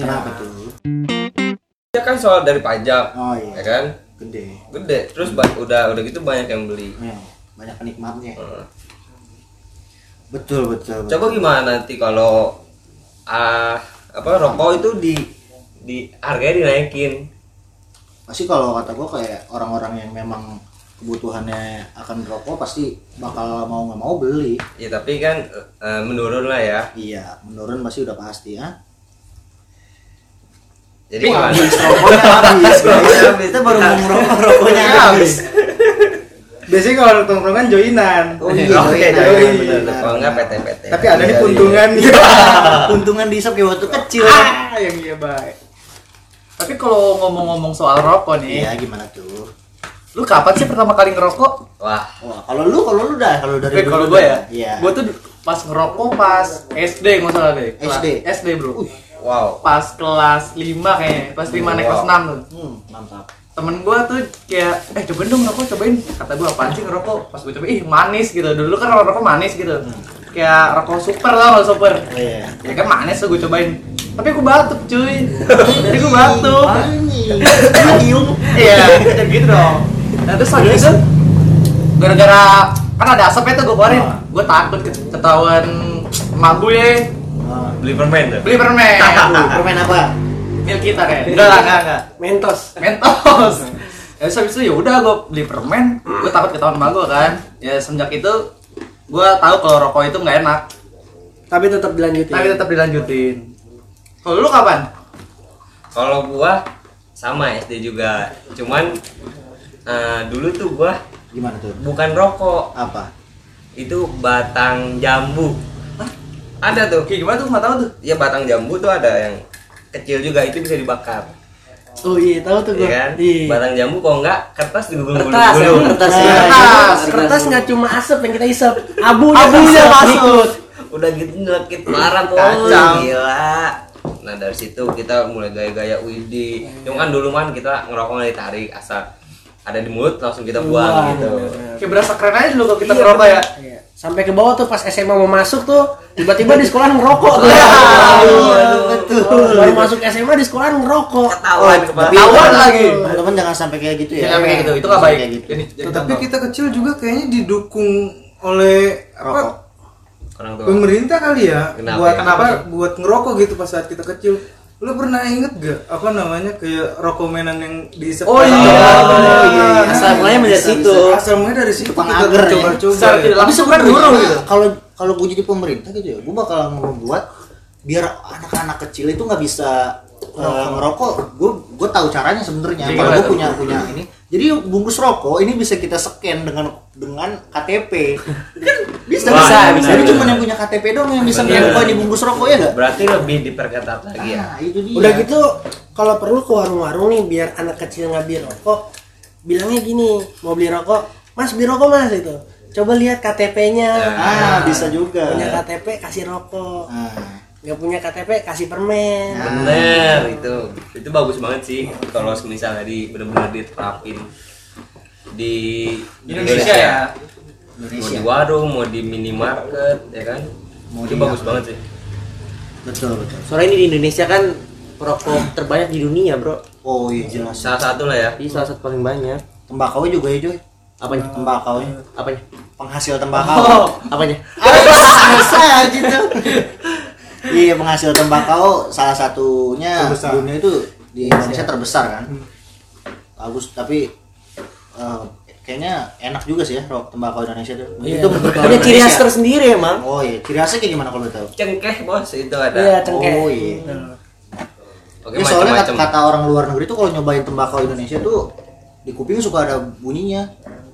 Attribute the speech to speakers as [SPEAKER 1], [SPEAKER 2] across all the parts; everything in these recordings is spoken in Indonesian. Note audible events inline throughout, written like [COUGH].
[SPEAKER 1] Kenapa tuh?
[SPEAKER 2] Ya kan soal dari pajak,
[SPEAKER 1] Oh
[SPEAKER 2] ya
[SPEAKER 1] iya,
[SPEAKER 2] kan?
[SPEAKER 1] gede.
[SPEAKER 2] Gede. Terus ba- udah udah gitu banyak yang beli.
[SPEAKER 1] Ya, banyak penikmatnya.
[SPEAKER 2] Hmm.
[SPEAKER 1] Betul betul. betul.
[SPEAKER 2] Coba gimana nanti kalau ah apa rokok itu di di harganya dinaikin.
[SPEAKER 1] Pasti kalau kata gua kayak orang-orang yang memang kebutuhannya akan rokok pasti bakal mau nggak mau beli.
[SPEAKER 2] Ya tapi kan eh, menurun lah ya.
[SPEAKER 1] Iya, menurun pasti udah pasti ya.
[SPEAKER 2] Jadi
[SPEAKER 1] [LAUGHS]
[SPEAKER 2] gimana?
[SPEAKER 1] Rokoknya habis, guys.
[SPEAKER 2] Habis.
[SPEAKER 1] Kita baru mau [LAUGHS] ngerokok rokoknya [LAUGHS] habis.
[SPEAKER 3] Biasanya kalau
[SPEAKER 4] kan
[SPEAKER 3] tongkrongan joinan.
[SPEAKER 1] Oh
[SPEAKER 4] Gitu.
[SPEAKER 1] iya,
[SPEAKER 2] Oke,
[SPEAKER 1] iya,
[SPEAKER 2] jadi
[SPEAKER 1] iya,
[SPEAKER 2] bener.
[SPEAKER 1] benar,
[SPEAKER 2] Kalau enggak
[SPEAKER 1] benar.
[SPEAKER 2] PT-PT.
[SPEAKER 3] Tapi ada nih
[SPEAKER 2] Dari-
[SPEAKER 3] keuntungan
[SPEAKER 4] gitu.
[SPEAKER 3] nih.
[SPEAKER 4] Ah,
[SPEAKER 1] Untungan dihisap kayak waktu kecil.
[SPEAKER 3] Ah, yang iya baik.
[SPEAKER 5] Tapi kalau ngomong-ngomong soal rokok nih,
[SPEAKER 1] Iya, gimana tuh?
[SPEAKER 5] lu kapan sih pertama kali ngerokok?
[SPEAKER 2] Wah,
[SPEAKER 1] Wah, kalau lu kalau lu dah kalau dari
[SPEAKER 5] Dek,
[SPEAKER 1] dulu
[SPEAKER 5] kalau gue ya,
[SPEAKER 1] dah. Iya.
[SPEAKER 5] gue tuh pas ngerokok pas SD nggak salah deh. Kelas-
[SPEAKER 1] SD?
[SPEAKER 5] SD bro.
[SPEAKER 1] Uh,
[SPEAKER 2] wow.
[SPEAKER 5] Pas kelas 5 kayaknya, pas 5 naik kelas
[SPEAKER 2] Wow.
[SPEAKER 5] 6 tuh.
[SPEAKER 1] Hmm, mantap.
[SPEAKER 5] Temen gue tuh kayak, eh cobain dong ngerokok, cobain. Kata gue apaan sih ngerokok? Pas gue coba, ih manis gitu. Dulu kan kalau rokok manis gitu.
[SPEAKER 1] Hmm.
[SPEAKER 5] Kayak rokok super tau nggak, super.
[SPEAKER 1] Oh iya.
[SPEAKER 5] Ya kan manis tuh gue cobain. Tapi gue batuk
[SPEAKER 1] [LAUGHS]
[SPEAKER 5] cuy. Tapi gue batuk.
[SPEAKER 1] Adium.
[SPEAKER 5] Iya, [LAUGHS] kayak gitu dong. Nah terus lagi itu gara-gara kan ada asapnya tuh gue keluarin.
[SPEAKER 1] Ah.
[SPEAKER 5] Gue takut ke- ketahuan emak gue
[SPEAKER 2] Beli permen ya? tuh.
[SPEAKER 5] beli [LAUGHS] permen.
[SPEAKER 1] Permen apa?
[SPEAKER 5] Mil kita kayak. Nah. Enggak lah, enggak enggak.
[SPEAKER 4] Nah,
[SPEAKER 3] Mentos.
[SPEAKER 5] [LAUGHS] Mentos. Ya terus habis itu ya udah gue beli permen. Gue takut ketahuan emak gue kan. Ya semenjak itu gue tahu kalau rokok itu nggak enak.
[SPEAKER 3] Tapi tetap dilanjutin.
[SPEAKER 5] Tapi tetap dilanjutin. Kalau lu kapan?
[SPEAKER 2] Kalau gua sama SD juga. Cuman eh, dulu tuh gua
[SPEAKER 1] Gimana tuh?
[SPEAKER 2] bukan rokok,
[SPEAKER 1] Apa?
[SPEAKER 2] itu batang jambu. Ada tuh.
[SPEAKER 5] Kayak gimana tuh nggak tahu tuh.
[SPEAKER 2] Ya batang jambu tuh ada yang kecil juga itu bisa dibakar.
[SPEAKER 3] Oh iya, tahu tuh
[SPEAKER 2] Iya
[SPEAKER 3] gue.
[SPEAKER 2] kan?
[SPEAKER 3] Iya.
[SPEAKER 2] Batang jambu kalau enggak kertas digulung-gulung.
[SPEAKER 3] Kertas, emang
[SPEAKER 2] dulu.
[SPEAKER 3] kertas,
[SPEAKER 1] Nah,
[SPEAKER 4] iya,
[SPEAKER 3] ya.
[SPEAKER 5] kertas.
[SPEAKER 3] kertas, kertas nggak cuma asap yang kita isap, abunya,
[SPEAKER 5] Abunya
[SPEAKER 3] masuk.
[SPEAKER 5] masuk.
[SPEAKER 2] Udah gitu nyelekit parah
[SPEAKER 5] Kacau.
[SPEAKER 2] kacau gila. Nah dari situ kita mulai gaya-gaya Widi. Cuma kan dulu kan kita ngerokok nggak ditarik asal ada di mulut langsung kita
[SPEAKER 3] Wah,
[SPEAKER 2] buang gitu.
[SPEAKER 3] bener.
[SPEAKER 5] Kayak berasa keren aja dulu kalau kita
[SPEAKER 3] Iya,
[SPEAKER 5] ngerokok ya.
[SPEAKER 3] Iya. Sampai ke bawah tuh pas SMA mau masuk tuh, tiba-tiba di sekolah ngerokok tuh.
[SPEAKER 5] Iya,
[SPEAKER 1] Aduh, betul.
[SPEAKER 3] Baru masuk SMA di sekolah ngerokok.
[SPEAKER 2] Ketahuan
[SPEAKER 3] Oh,
[SPEAKER 2] kepala.
[SPEAKER 1] Tapi-
[SPEAKER 5] Ketahuan lagi.
[SPEAKER 1] Teman-teman jangan sampai kayak gitu ya.
[SPEAKER 5] Jangan kayak gitu, itu nggak baik.
[SPEAKER 1] Kayak gitu.
[SPEAKER 5] Jadi, jadi
[SPEAKER 4] Tapi
[SPEAKER 5] contoh.
[SPEAKER 4] kita kecil juga kayaknya didukung oleh
[SPEAKER 1] Rokok.
[SPEAKER 4] apa,
[SPEAKER 3] iya.
[SPEAKER 2] Orang tua.
[SPEAKER 4] pemerintah kali ya
[SPEAKER 2] Kenapa
[SPEAKER 4] buat
[SPEAKER 2] ya?
[SPEAKER 4] kenapa buat ngerokok gitu pas saat kita kecil. Lu pernah inget gak apa namanya kayak rokok mainan yang di
[SPEAKER 5] Oh iya,
[SPEAKER 1] oh iya, iya. Asal mulanya dari situ.
[SPEAKER 4] Asal mulanya dari situ
[SPEAKER 1] Tukang
[SPEAKER 4] kita
[SPEAKER 1] agar ya.
[SPEAKER 4] coba-coba.
[SPEAKER 5] Secara
[SPEAKER 4] ya.
[SPEAKER 5] tidak langsung kan
[SPEAKER 1] Sebenarnya
[SPEAKER 5] burung gitu.
[SPEAKER 1] Kalau kalau gue jadi pemerintah gitu ya, gue bakal membuat biar anak-anak kecil itu nggak bisa eh, ngerokok. Gue gue tahu caranya sebenarnya.
[SPEAKER 5] Jadi
[SPEAKER 1] Kalau gue
[SPEAKER 5] gimana
[SPEAKER 1] punya punya ini, jadi bungkus rokok ini bisa kita scan dengan dengan KTP. bisa
[SPEAKER 2] Wah,
[SPEAKER 1] bisa.
[SPEAKER 2] benar,
[SPEAKER 1] bisa. Jadi
[SPEAKER 2] benar.
[SPEAKER 1] cuma yang punya KTP doang yang bisa
[SPEAKER 2] Benar.
[SPEAKER 1] ngerokok di bungkus rokok ya nggak?
[SPEAKER 2] Berarti lebih diperketat lagi ya.
[SPEAKER 1] Nah, itu dia.
[SPEAKER 3] Udah gitu, kalau perlu ke warung-warung nih biar anak kecil nggak beli rokok, bilangnya gini, mau beli rokok, mas beli rokok mas itu, coba lihat KTP-nya.
[SPEAKER 1] Ah, bisa juga.
[SPEAKER 3] Nah, Punya KTP kasih rokok,
[SPEAKER 1] Nah.
[SPEAKER 3] nggak punya KTP kasih permen.
[SPEAKER 1] Nah.
[SPEAKER 2] Bener itu itu bagus banget sih kalau misalnya di bener-bener diterapin di
[SPEAKER 5] Indonesia ya.
[SPEAKER 2] Mau
[SPEAKER 1] Indonesia.
[SPEAKER 2] di warung, mau di minimarket, ya kan?
[SPEAKER 1] Mau
[SPEAKER 2] itu
[SPEAKER 1] di
[SPEAKER 2] bagus
[SPEAKER 1] apa?
[SPEAKER 2] banget sih.
[SPEAKER 1] Betul betul.
[SPEAKER 6] Soalnya ini di Indonesia kan perokok terbanyak di dunia, Bro.
[SPEAKER 1] Oh iya jelas.
[SPEAKER 2] Salah satu lah ya.
[SPEAKER 6] Jadi salah satu paling banyak.
[SPEAKER 1] Tembakau juga ya Joy.
[SPEAKER 6] Apanya?
[SPEAKER 3] Nah.
[SPEAKER 1] Tembakau ya.
[SPEAKER 6] Apanya?
[SPEAKER 1] Penghasil tembakau.
[SPEAKER 5] Oh,
[SPEAKER 6] Apanya?
[SPEAKER 1] Bisa gitu. Iya penghasil tembakau salah satunya
[SPEAKER 4] Terbesar.
[SPEAKER 1] dunia itu di
[SPEAKER 6] Iya,
[SPEAKER 1] Indonesia terbesar kan. Bagus tapi eh, kayaknya enak juga sih ya rokok tembakau Indonesia itu. Itu menurut orang
[SPEAKER 6] Punya Iya. ciri khas
[SPEAKER 1] Indonesia.
[SPEAKER 6] tersendiri emang.
[SPEAKER 1] Oh iya, ciri khasnya kayak gimana kalau lu tahu?
[SPEAKER 2] Cengkeh bos itu ada.
[SPEAKER 3] Iya, cengkeh.
[SPEAKER 1] Oh iya.
[SPEAKER 6] Hmm.
[SPEAKER 2] Oke
[SPEAKER 1] Ya, soalnya kata,
[SPEAKER 2] macam-macam.
[SPEAKER 1] kata orang luar negeri tuh kalau nyobain tembakau Indonesia tuh di kuping suka ada bunyinya.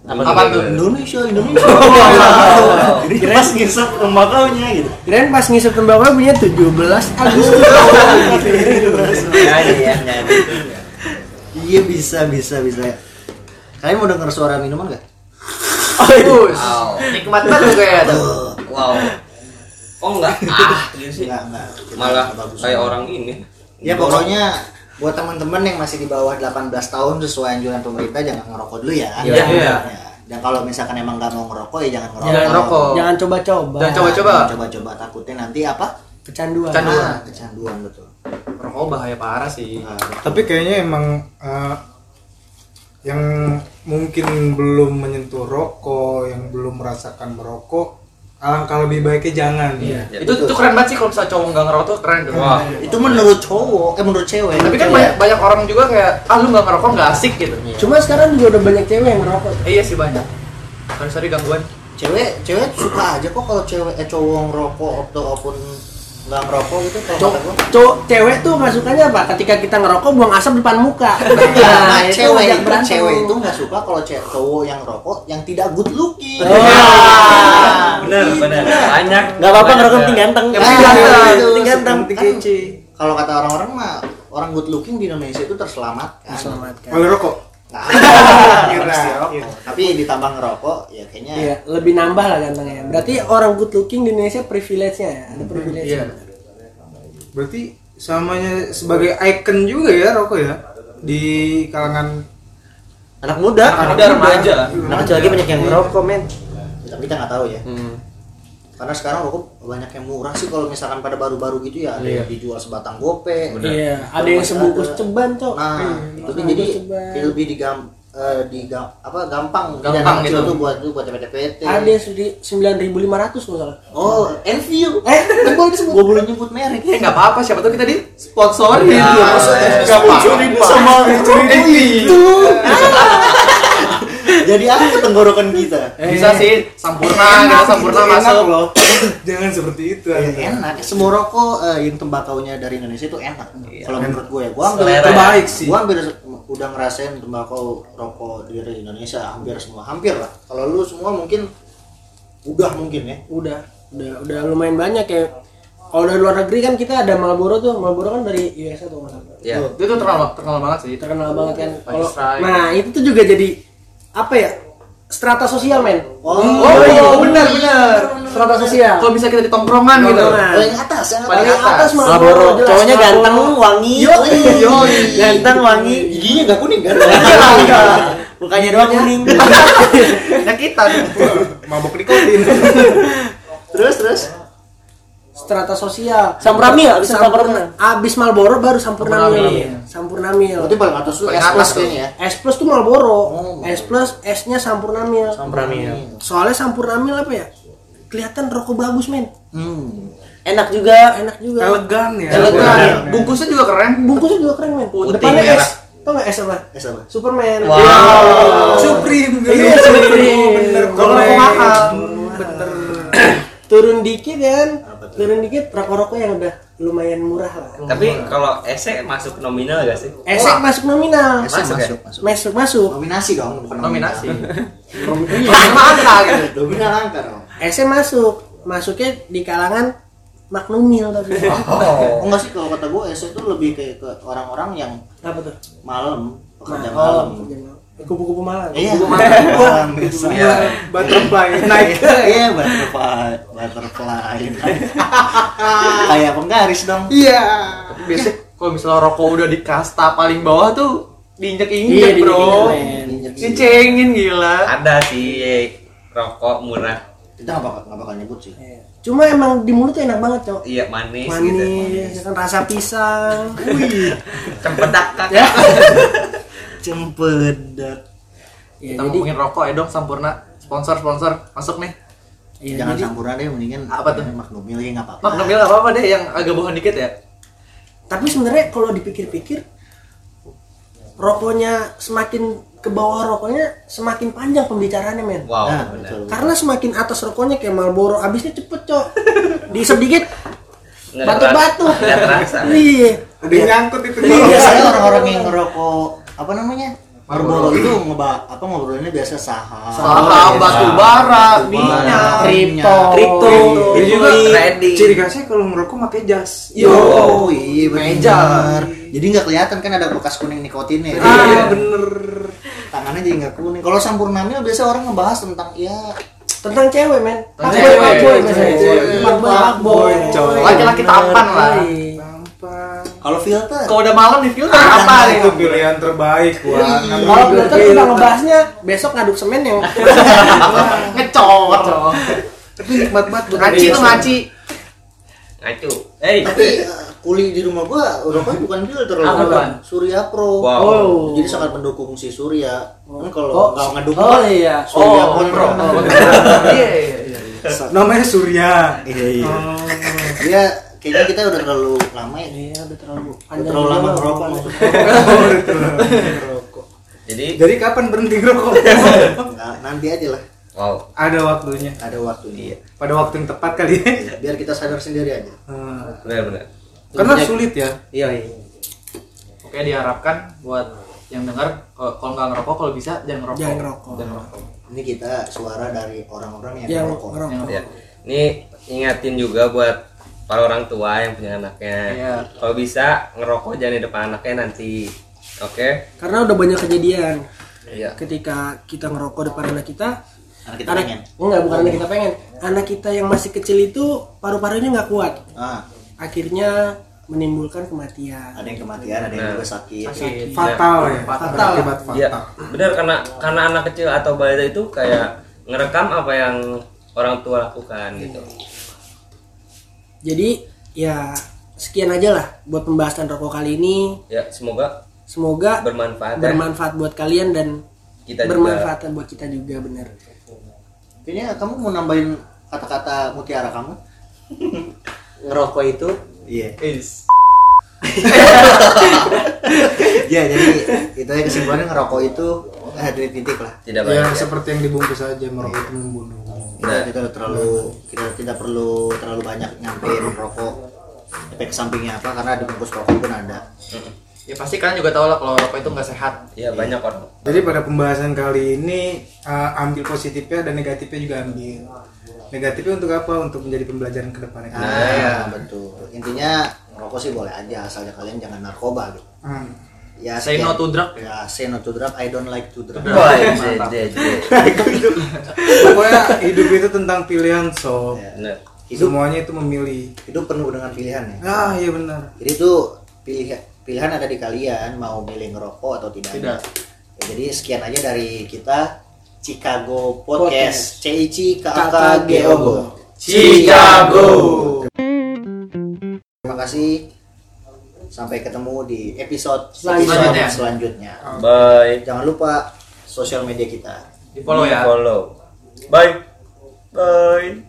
[SPEAKER 5] Apa tuh? Oh, iya.
[SPEAKER 1] Indonesia, Indonesia.
[SPEAKER 5] [LAUGHS]
[SPEAKER 1] Jadi pas ngisep tembakaunya gitu.
[SPEAKER 3] Kirain pas ngisep tembakau punya 17 Agustus.
[SPEAKER 2] Nyanyi ya, nyanyi.
[SPEAKER 1] Iya bisa bisa bisa. Kalian mau denger suara minuman gak?
[SPEAKER 4] Oh, iya.
[SPEAKER 5] Bus.
[SPEAKER 2] Wow.
[SPEAKER 5] [LAUGHS] Nikmat banget kayaknya tuh.
[SPEAKER 2] Wow. Oh enggak.
[SPEAKER 1] [LAUGHS]
[SPEAKER 2] Ah, gitu sih.
[SPEAKER 1] Enggak enggak. Kita
[SPEAKER 2] Malah
[SPEAKER 1] nggak bagus.
[SPEAKER 2] kayak orang ini.
[SPEAKER 1] Ya pokoknya buat teman-teman yang masih di bawah 18 tahun sesuai anjuran pemerintah jangan ngerokok dulu ya.
[SPEAKER 2] Iya, iya.
[SPEAKER 1] Ya. Dan kalau misalkan emang nggak mau ngerokok ya jangan ngerokok.
[SPEAKER 5] Jangan rokok.
[SPEAKER 3] Jangan coba-coba.
[SPEAKER 5] Jangan coba-coba.
[SPEAKER 1] Coba-coba takutnya nanti apa?
[SPEAKER 3] Kecanduan.
[SPEAKER 5] Kecanduan.
[SPEAKER 1] Ah, kecanduan betul. Ah.
[SPEAKER 5] rokok bahaya parah sih
[SPEAKER 4] tapi kayaknya emang eh, yang mungkin belum menyentuh rokok yang belum merasakan merokok alangkah lebih baiknya jangan
[SPEAKER 2] Ya,
[SPEAKER 5] itu itu keren banget sih kalau misalnya cowok nggak ngerokok tuh keren tuh.
[SPEAKER 2] Wah.
[SPEAKER 1] itu menurut cowok eh menurut cewek
[SPEAKER 5] tapi kan banyak banyak orang juga kayak ah lu nggak ngerokok nggak asik gitu
[SPEAKER 3] Cuma sekarang juga udah banyak cewek yang ngerokok.
[SPEAKER 5] Eh, iya sih banyak sorry sorry gangguan
[SPEAKER 1] cewek cewek suka aja kok kalau cewek eh, cowok ngerokok ataupun nggak ngerokok gitu kalau
[SPEAKER 3] Cowok,
[SPEAKER 1] kata gua.
[SPEAKER 3] cowok, cewek tuh masukannya apa? Ketika kita ngerokok buang asap depan muka.
[SPEAKER 1] Nah,
[SPEAKER 3] Iya, itu
[SPEAKER 1] cewek
[SPEAKER 3] ngajak
[SPEAKER 1] itu
[SPEAKER 3] berantem.
[SPEAKER 1] cewek itu nggak suka kalau cewek cowok yang ngerokok yang tidak good looking.
[SPEAKER 6] Oh.
[SPEAKER 2] [LAUGHS]
[SPEAKER 1] Iya.
[SPEAKER 3] Wah.
[SPEAKER 2] benar benar banyak
[SPEAKER 6] Gak apa-apa
[SPEAKER 2] banyak
[SPEAKER 6] ngerokok
[SPEAKER 2] ya.
[SPEAKER 6] penting ganteng.
[SPEAKER 1] Yang
[SPEAKER 3] Iya,
[SPEAKER 1] penting ganteng.
[SPEAKER 6] Penting ganteng.
[SPEAKER 1] Penting kece. Nah, Kan Kalau kata orang-orang mah orang good looking di Indonesia itu terselamatkan.
[SPEAKER 3] Selamatkan.
[SPEAKER 4] oleh rokok
[SPEAKER 1] Nah, pasti
[SPEAKER 4] Kira.
[SPEAKER 6] Iya.
[SPEAKER 1] rokok. Tapi ditambah ngerokok ya kayaknya
[SPEAKER 3] Iya, lebih nambah lah gantengnya. Berarti orang good looking di Indonesia privilege-nya ya, ada privilege.
[SPEAKER 5] iya
[SPEAKER 4] berarti samanya sebagai icon juga ya rokok ya di kalangan
[SPEAKER 6] Anak muda.
[SPEAKER 5] anak muda remaja
[SPEAKER 6] Anak kecil lagi banyak yang ngerokok men.
[SPEAKER 1] Ya, Iya. tapi kita nggak tahu ya. Karena sekarang rokok banyak yang murah sih kalau misalkan pada baru-baru gitu ya ada
[SPEAKER 6] Iya.
[SPEAKER 1] yang dijual sebatang gope.
[SPEAKER 2] Bener.
[SPEAKER 3] Iya, ada yang sebungkus ceban, Cok.
[SPEAKER 1] Nah,
[SPEAKER 3] Hmm,
[SPEAKER 1] itu
[SPEAKER 3] sebungkus
[SPEAKER 1] jadi
[SPEAKER 3] ceban.
[SPEAKER 1] kayak lebih digam eh, digam apa gampang
[SPEAKER 5] Gampang
[SPEAKER 1] Dana kecil
[SPEAKER 5] gitu.
[SPEAKER 1] tuh buat tuh buat CPTPT.
[SPEAKER 3] Ada yang sudah 9500 kalau salah.
[SPEAKER 1] Oh, Enview. Eh, nggak boleh disebut. Gua boleh nyebut merek.
[SPEAKER 5] ya nggak apa-apa siapa tuh kita di gitu. sponsorin
[SPEAKER 2] Ya,
[SPEAKER 4] Gak apa-apa. sama itu
[SPEAKER 1] [LAUGHS] Jadi apa tenggorokan kita?
[SPEAKER 5] Eh. bisa sih sampurna kita sampurna masuk
[SPEAKER 4] loh [LAUGHS] jangan seperti itu
[SPEAKER 1] Ya, enak. Semua rokok eh, yang tembakaunya dari Indonesia itu enak. Kalau menurut gue ya, gue hampir
[SPEAKER 2] Selera.
[SPEAKER 4] Terbaik sih.
[SPEAKER 1] Gue hampir udah ngerasain tembakau rokok dari Indonesia hampir semua, hampir lah. Kalau lu semua mungkin udah mungkin ya.
[SPEAKER 3] Udah, udah, udah lumayan banyak ya. Kalau dari luar negeri kan kita ada Marlboro tuh, Marlboro kan dari USA tuh nggak salah.
[SPEAKER 2] ya
[SPEAKER 1] Oh.
[SPEAKER 5] itu tuh terkenal terkenal banget sih
[SPEAKER 3] terkenal banget kan. Kalau
[SPEAKER 5] Pakistan.
[SPEAKER 3] nah itu tuh juga jadi apa ya strata sosial men. Hmm.
[SPEAKER 1] Oh,
[SPEAKER 3] iya,
[SPEAKER 5] oh benar benar
[SPEAKER 3] Strata sosial. Nah,
[SPEAKER 5] kalau bisa kita di tongkrongan gitu
[SPEAKER 3] Iya. Tongkrongan.
[SPEAKER 1] Paling atas, yang
[SPEAKER 5] Paling
[SPEAKER 1] atas.
[SPEAKER 5] atas.
[SPEAKER 6] Marlboro. Cowoknya ganteng, wangi.
[SPEAKER 1] Yoi.
[SPEAKER 6] Yoi. Ganteng, wangi.
[SPEAKER 1] Giginya gak kuning kan?
[SPEAKER 6] Mukanya doang kuning.
[SPEAKER 5] nyakitan
[SPEAKER 4] mabok nikotin
[SPEAKER 1] terus terus.
[SPEAKER 3] Strata sosial.
[SPEAKER 6] Sampurna Mil, abis Sampurna.
[SPEAKER 3] Abis Marlboro baru Sampurna
[SPEAKER 5] Sampurna
[SPEAKER 3] Mil. Sampurna Mil.
[SPEAKER 1] Berarti paling atas tuh
[SPEAKER 5] Paling
[SPEAKER 1] S
[SPEAKER 5] atas
[SPEAKER 1] plus
[SPEAKER 5] tuh.
[SPEAKER 1] kayaknya ya.
[SPEAKER 3] S plus tuh Marlboro.
[SPEAKER 1] Oh,
[SPEAKER 3] S plus S-nya Sampurna Mil.
[SPEAKER 6] Pramil.
[SPEAKER 3] Soalnya Sampurna Mil apa ya? Kelihatan rokok bagus men.
[SPEAKER 1] Hmm.
[SPEAKER 6] Enak juga.
[SPEAKER 3] Enak juga.
[SPEAKER 4] elegan ya
[SPEAKER 5] Elegan. bungkusnya juga keren
[SPEAKER 3] Bungkusnya juga keren men.
[SPEAKER 5] Putih,
[SPEAKER 3] Depannya
[SPEAKER 2] merah.
[SPEAKER 3] S. Tau nggak S apa?
[SPEAKER 1] S apa?
[SPEAKER 3] Superman.
[SPEAKER 6] Wow.
[SPEAKER 4] Supreme
[SPEAKER 3] Iya, Supreme.
[SPEAKER 4] bener
[SPEAKER 5] kalau rokok
[SPEAKER 4] korek.
[SPEAKER 5] mahal
[SPEAKER 4] bener
[SPEAKER 3] Turun dikit kan. Turun dikit rokok-rokok yang udah lumayan murah lah.
[SPEAKER 2] tapi kalau ese masuk nominal gak sih
[SPEAKER 3] Esek masuk nominal.
[SPEAKER 1] Masuk,
[SPEAKER 2] Masuk ya?
[SPEAKER 1] masuk, masuk.
[SPEAKER 3] Masuk masuk.
[SPEAKER 1] Nominasi dong, bukan nominal.
[SPEAKER 5] nominasi
[SPEAKER 3] Iya.
[SPEAKER 5] mahal gitu
[SPEAKER 1] Nominal angka dong.
[SPEAKER 3] Esek masuk. Masuknya di kalangan Magnumil tapi.
[SPEAKER 1] Oh, enggak sih kalau kata gue esai itu lebih kayak ke orang-orang yang
[SPEAKER 3] Apa tuh?
[SPEAKER 1] malam, pekerja
[SPEAKER 3] Oh,
[SPEAKER 1] malam.
[SPEAKER 3] kupu-kupu malam.
[SPEAKER 1] Iya, malam, malam biasa.
[SPEAKER 2] Iya.
[SPEAKER 4] butterfly naik
[SPEAKER 1] Naik. Iya, butterfly, butterfly. Kayak penggaris dong.
[SPEAKER 4] iya
[SPEAKER 5] biasanya kalau misalnya rokok udah di kasta paling bawah tuh diinjek
[SPEAKER 3] Iya,
[SPEAKER 5] injek
[SPEAKER 3] di
[SPEAKER 1] Kita
[SPEAKER 5] bro dicengin gila
[SPEAKER 2] ada sih eh, rokok murah
[SPEAKER 1] nggak bakal nggak bakal nyebut sih.
[SPEAKER 3] Iya. Cuma emang di mulut tuh enak banget, Cok.
[SPEAKER 2] iya manis, gitu
[SPEAKER 3] Manis, ya kan rasa pisang.
[SPEAKER 2] cempedak kan
[SPEAKER 1] Cempedak.
[SPEAKER 3] Ya,
[SPEAKER 5] kita
[SPEAKER 3] jadi
[SPEAKER 5] ngomongin rokok ya dong sampurna sponsor sponsor masuk nih
[SPEAKER 3] ya,
[SPEAKER 1] Jangan
[SPEAKER 3] jadi-
[SPEAKER 1] campuran deh, mendingan
[SPEAKER 5] Apa tuh?
[SPEAKER 1] Magnumil ya nggak
[SPEAKER 5] Mak
[SPEAKER 1] apa-apa.
[SPEAKER 5] Namil apa apa deh yang agak bohong dikit ya
[SPEAKER 3] tapi sebenarnya kalau dipikir-pikir rokoknya semakin ke bawah rokoknya semakin panjang pembicaraannya, men.
[SPEAKER 2] wow
[SPEAKER 1] Nah,
[SPEAKER 2] Oh, benar
[SPEAKER 1] betul.
[SPEAKER 3] Karena semakin atas rokoknya kayak Marlboro habisnya cepet, Cok. Diisep dikit
[SPEAKER 2] Nggak
[SPEAKER 3] batuk-batuk.
[SPEAKER 2] terasa- nggak terasa
[SPEAKER 3] Iya.
[SPEAKER 4] ada yang nyangkut itu
[SPEAKER 1] Kalau
[SPEAKER 3] Iya.
[SPEAKER 1] biasanya orang-orang yang ngerokok apa namanya? Marlboro itu ngeba apa ngobrolnya biasa saham.
[SPEAKER 5] saham batu bara
[SPEAKER 1] Minyak.
[SPEAKER 5] minyak
[SPEAKER 3] Kripto.
[SPEAKER 6] Kripto.
[SPEAKER 5] Itu juga
[SPEAKER 2] trading
[SPEAKER 4] Iya. ciri khasnya kalau ngerokok pakai jas
[SPEAKER 1] Yo, iya benar. Jadi nggak kelihatan kan ada bekas kuning nikotinnya. ya.
[SPEAKER 4] ah bener
[SPEAKER 1] Tangannya jadi nggak kuning. Kalau sampurnamil biasa orang ngebahas tentang ya
[SPEAKER 3] Tentang cewek, men.
[SPEAKER 5] Tentang
[SPEAKER 3] Fuckboy,
[SPEAKER 5] cewek.
[SPEAKER 3] fuckboy
[SPEAKER 5] Cewek,
[SPEAKER 3] biasanya.
[SPEAKER 4] cewek.
[SPEAKER 3] Fuckboy, fuckboy.
[SPEAKER 4] Cowok.
[SPEAKER 5] Laki-laki tampan lah.
[SPEAKER 3] Iya.
[SPEAKER 4] gampang
[SPEAKER 1] kalau filter.
[SPEAKER 5] kalau udah malam di filter apa gitu?
[SPEAKER 4] apa
[SPEAKER 5] nih
[SPEAKER 4] itu pilihan terbaik wah
[SPEAKER 3] Kalau filter kita ngebahasnya besok ngaduk semen yang
[SPEAKER 1] Nah,
[SPEAKER 5] ngecor
[SPEAKER 4] tapi nikmat banget
[SPEAKER 5] ngaci tuh ngaci
[SPEAKER 2] ngacu
[SPEAKER 5] eh
[SPEAKER 1] Tapi eh, kuli di rumah gua rokoknya bukan filter loh.
[SPEAKER 5] Apa tuan?
[SPEAKER 1] Surya Pro.
[SPEAKER 2] Wow.
[SPEAKER 3] Oh.
[SPEAKER 1] Jadi sangat mendukung si Surya. Kan kalau
[SPEAKER 3] Oh.
[SPEAKER 1] nggak ngedukung
[SPEAKER 3] Oh
[SPEAKER 1] kan
[SPEAKER 3] iya.
[SPEAKER 1] Surya
[SPEAKER 5] Oh,
[SPEAKER 1] Pro.
[SPEAKER 5] Iya iya iya.
[SPEAKER 4] namanya Surya Oh.
[SPEAKER 1] Iya iya. Dia Iya, kayaknya kita udah terlalu lama ya.
[SPEAKER 3] Iya, udah terlalu Iya,
[SPEAKER 1] Udah terlalu
[SPEAKER 3] juga
[SPEAKER 1] lama
[SPEAKER 3] lah,
[SPEAKER 1] ngerokok
[SPEAKER 3] bukan.
[SPEAKER 1] maksudnya.
[SPEAKER 4] Rokok.
[SPEAKER 2] Jadi
[SPEAKER 4] jadi kapan berhenti ngerokok
[SPEAKER 1] Nggak, nanti aja lah.
[SPEAKER 2] wow.
[SPEAKER 4] ada waktunya
[SPEAKER 1] Ada waktunya.
[SPEAKER 4] pada waktu yang tepat kali ya
[SPEAKER 1] Biar kita sadar sendiri aja.
[SPEAKER 4] Eh,
[SPEAKER 2] Benar-benar.
[SPEAKER 4] karena sulit ya
[SPEAKER 6] Iya, iya.
[SPEAKER 5] Oke diharapkan buat yang dengar kalau kalau nggak ngerokok kalau bisa jangan ngerokok.
[SPEAKER 3] Jangan ngerokok.
[SPEAKER 5] Jangan ngerokok.
[SPEAKER 1] Ini kita suara dari orang-orang yang
[SPEAKER 3] Yang
[SPEAKER 1] ngerokok.
[SPEAKER 3] ngerokok.
[SPEAKER 2] Ya. Ini ingatin juga buat para orang tua yang punya anaknya.
[SPEAKER 5] Iya.
[SPEAKER 2] Kalau bisa ngerokok jangan di depan anaknya nanti. Oke.
[SPEAKER 3] Karena udah banyak kejadian
[SPEAKER 2] Iya.
[SPEAKER 3] ketika kita ngerokok depan anak kita
[SPEAKER 1] Karena kita
[SPEAKER 3] anak,
[SPEAKER 1] pengen.
[SPEAKER 3] enggak bukan anak kita pengen anak kita yang masih kecil itu paru-parunya nggak kuat
[SPEAKER 1] Ah,
[SPEAKER 3] akhirnya menimbulkan kematian
[SPEAKER 1] ada yang kematian, ada yang
[SPEAKER 2] Nah.
[SPEAKER 1] juga sakit.
[SPEAKER 5] Sakit.
[SPEAKER 4] fatal ya
[SPEAKER 5] Fatal.
[SPEAKER 4] Berakibat
[SPEAKER 2] Iya.
[SPEAKER 4] fatal
[SPEAKER 2] Benar karena karena anak kecil atau balita itu kayak ngerekam apa yang orang tua lakukan gitu.
[SPEAKER 3] jadi ya sekian aja lah buat pembahasan rokok kali ini
[SPEAKER 2] Ya, semoga
[SPEAKER 3] semoga
[SPEAKER 2] bermanfaat. ya.
[SPEAKER 3] bermanfaat buat kalian dan
[SPEAKER 2] Kita juga.
[SPEAKER 3] bermanfaat buat kita juga bener
[SPEAKER 1] Kayaknya kamu mau nambahin kata-kata mutiara kamu?
[SPEAKER 6] Ngerokok itu
[SPEAKER 1] Iya. [LAUGHS]
[SPEAKER 5] Is.
[SPEAKER 1] Ya jadi itu aja kesimpulannya ngerokok itu eh, dari titik lah.
[SPEAKER 2] Tidak
[SPEAKER 4] ya
[SPEAKER 2] banyak. ya.
[SPEAKER 4] seperti yang dibungkus aja merokok itu membunuh
[SPEAKER 1] Kita,
[SPEAKER 5] Iya.
[SPEAKER 1] kita udah terlalu kita tidak perlu terlalu banyak nyampein rokok efek sampingnya apa karena di bungkus rokok pun ada.
[SPEAKER 5] Ya pasti kalian juga tahu lah kalau rokok itu nggak sehat.
[SPEAKER 2] Iya, banyak orang.
[SPEAKER 4] Jadi pada pembahasan kali ini eh, ambil positifnya dan negatifnya juga ambil. Negatifnya untuk apa? Untuk menjadi pembelajaran ke depannya.
[SPEAKER 1] Nah, betul. Intinya ngerokok sih boleh aja asalnya kalian jangan narkoba gitu.
[SPEAKER 4] Hmm.
[SPEAKER 1] Ya
[SPEAKER 5] Say
[SPEAKER 1] sekian.
[SPEAKER 5] no to drug.
[SPEAKER 1] Ya say no to drug. I don't like to drug.
[SPEAKER 2] Wah, jeh, jeh, jeh.
[SPEAKER 4] Pokoknya hidup itu tentang pilihan sob.
[SPEAKER 1] Ya.
[SPEAKER 2] Benar.
[SPEAKER 1] Hidup
[SPEAKER 4] Semuanya itu memilih.
[SPEAKER 1] hidup penuh dengan pilihan ya.
[SPEAKER 4] Ah iya benar.
[SPEAKER 1] Jadi tuh pilihan pilihan ada di kalian mau milih ngerokok atau tidak.
[SPEAKER 5] Tidak.
[SPEAKER 1] Ya, jadi sekian aja dari kita Chicago Podcast, CIC KKG Ogo.
[SPEAKER 5] Chicago.
[SPEAKER 1] Terima kasih. Sampai ketemu di episode
[SPEAKER 5] Selanjutnya. Oh.
[SPEAKER 1] episode selanjutnya.
[SPEAKER 2] Bye.
[SPEAKER 1] Jangan lupa sosial media kita.
[SPEAKER 5] ya. Di follow ya.
[SPEAKER 2] Follow. ya. Bye. Bye.